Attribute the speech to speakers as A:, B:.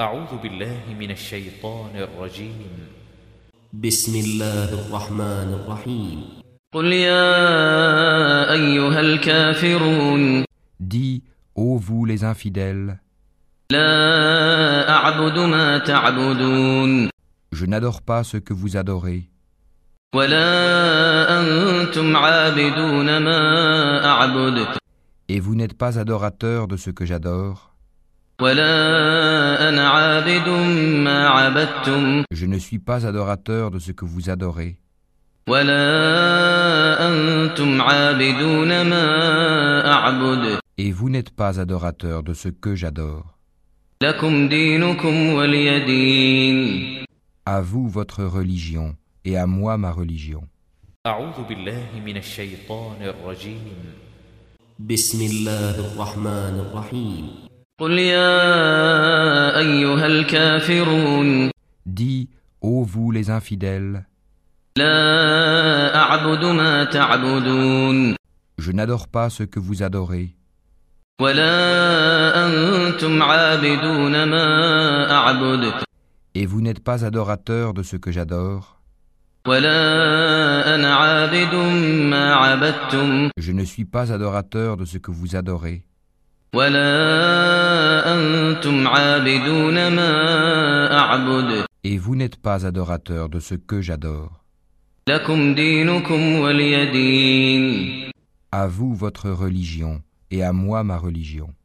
A: أعوذ بالله من الشيطان الرجيم
B: بسم الله الرحمن الرحيم
C: قل يا أيها الكافرون
D: Dis, ô vous les infidèles,
C: لا أعبد ما تعبدون
D: je n'adore pas ce que vous adorez,
C: ولا أنتم عابدون ما أعبد
D: et vous n'êtes pas adorateurs de ce que j'adore,
C: ولا أنا عابد ما عبدتم
D: je ne suis pas adorateur de ce que vous adorez,
C: ولا أنتم عابدون ما أعبد
D: et vous n'êtes pas adorateurs de ce que j'adore.
C: لكم دينكم ولي دين
D: À vous votre religion, et à moi ma religion.
A: أعوذ بالله من الشيطان الرجيم
B: بسم الله الرحمن الرحيم
C: قل يا أيها الكافرون
D: Dis, ô vous les infidèles,
C: لا أعبد ما تعبدون
D: je n'adore pas ce que vous adorez,
C: ولا أنتم عابدون ما أعبد
D: et vous n'êtes pas adorateurs de ce que j'adore,
C: ولا أنا عابد ما عبدتم
D: je ne suis pas adorateur de ce que vous adorez,
C: ولا أنتم عابدون ما أعبد
D: et vous n'êtes pas adorateurs de ce que j'adore.
C: لكم دينكم ولي دين
D: À vous votre religion, et à moi ma religion.